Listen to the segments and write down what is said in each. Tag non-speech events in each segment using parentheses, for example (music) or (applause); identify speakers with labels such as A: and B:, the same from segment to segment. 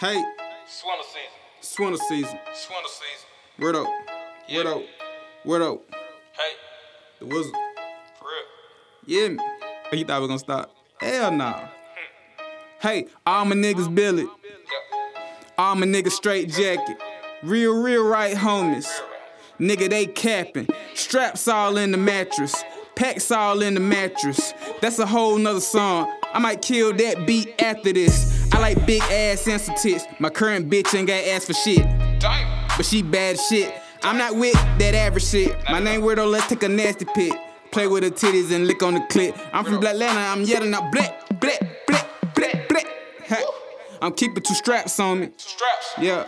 A: Hey,
B: Swimmer season.
A: swinter season.
B: Swimmer season.
A: Word up. Word
B: Yeah.
A: up. Word up.
B: Hey,
A: The wizard.
B: for real.
A: Yeah. me. Oh, you thought we was gonna stop? Hell nah. Hey, all my niggas Billy.
B: Yeah.
A: All my niggas straight jacket. Real, real right homies. Nigga, they capping. Straps all in the mattress. Packs all in the mattress. That's a whole nother song. I might kill that beat after this. I like big ass and some tits. My current bitch ain't got ass for shit.
B: Damn.
A: but she bad as shit. I'm not with that average shit. My name weirdo, let's take a nasty pit. Play with her titties and lick on the clit. I'm from Black Atlanta, I'm yelling out black, black, black, black, black. Ha. I'm keeping two straps on me.
B: Straps.
A: Yeah,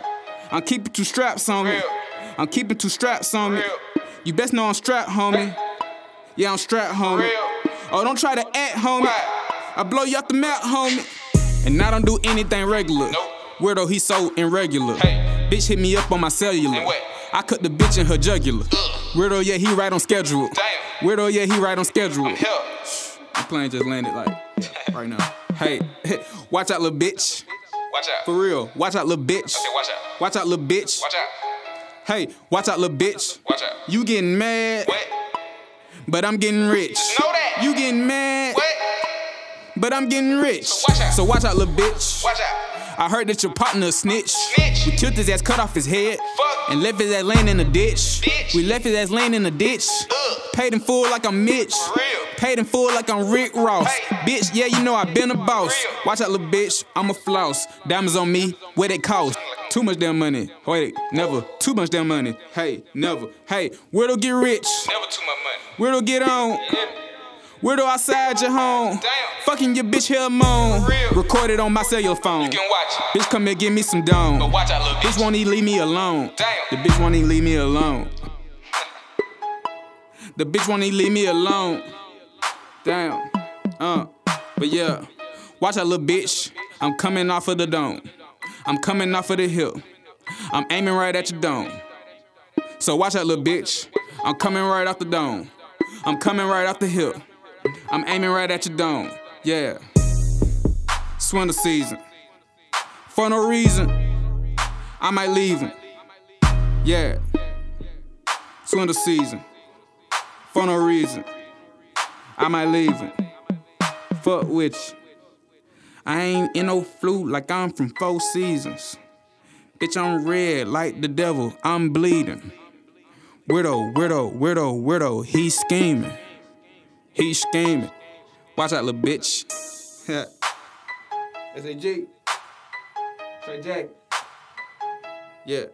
A: I'm keeping two straps on me.
B: Real.
A: I'm keeping two straps on me.
B: Real.
A: You best know I'm strapped, homie. Yeah, I'm strapped, homie.
B: Real.
A: Oh, don't try to act, homie.
B: Why?
A: I blow you off the map, homie. And I don't do anything regular.
B: Nope.
A: Weirdo, he so irregular.
B: Hey.
A: Bitch hit me up on my cellular.
B: And what?
A: I cut the bitch in her jugular. Weirdo, yeah, he right on schedule.
B: Damn.
A: Weirdo, yeah, he right on schedule.
B: Hell.
A: The plane just landed like
B: (laughs)
A: right now. Hey, (laughs) watch out, little bitch.
B: Watch out.
A: For real, watch out, little bitch.
B: Say, watch out.
A: Watch out, little bitch.
B: Watch out.
A: Hey, watch out, little bitch.
B: Watch out.
A: You getting mad,
B: What?
A: but I'm getting rich.
B: Know that.
A: You getting mad,
B: What?
A: but I'm getting rich.
B: So watch out.
A: So watch out, little bitch.
B: Watch out.
A: I heard that your partner a snitch.
B: Snitch.
A: We killed his ass, cut off his head,
B: Fuck.
A: and left his ass laying in the ditch.
B: Bitch.
A: We left his ass laying in the ditch.
B: Ugh.
A: Paid in full like I'm Mitch.
B: For real.
A: Paid in full like I'm Rick Ross.
B: Hey.
A: Bitch, yeah, you know I been a boss.
B: Real.
A: Watch out, little bitch, I'm a floss. Diamonds on me, what it cost? Too much damn money. Wait, never. Too much damn money. Hey, never. Hey, where to get rich?
B: Never too much money.
A: Where to get on?
B: Yeah.
A: Where to outside your home?
B: Damn.
A: Fucking your bitch here moan.
B: Real.
A: Recorded on my cellular phone.
B: You can watch.
A: Bitch, come here, give me some dome.
B: But watch out, little
A: Bitch
B: bitch.
A: won't even leave me alone. The
B: Damn.
A: bitch won't even leave me alone. The bitch won't even leave me alone. Damn. Uh. But yeah. Watch out, little bitch. I'm coming off of the dome. I'm coming off of the hill. I'm aiming right at your dome. So watch out, little bitch. I'm coming right off the dome. I'm coming right off the hill. I'm aiming right at your dome. Yeah. Swinter season. For no reason. I might leave him. Yeah. Swindle season. For no reason. I might leave him. Fuck with you. I ain't in no flu like I'm from four seasons. Bitch, I'm red like the devil. I'm bleeding. Weirdo, weirdo, weirdo, weirdo. He scheming. He scheming. Watch out, little bitch. (laughs) S.A.G. Straight Jack. Yeah.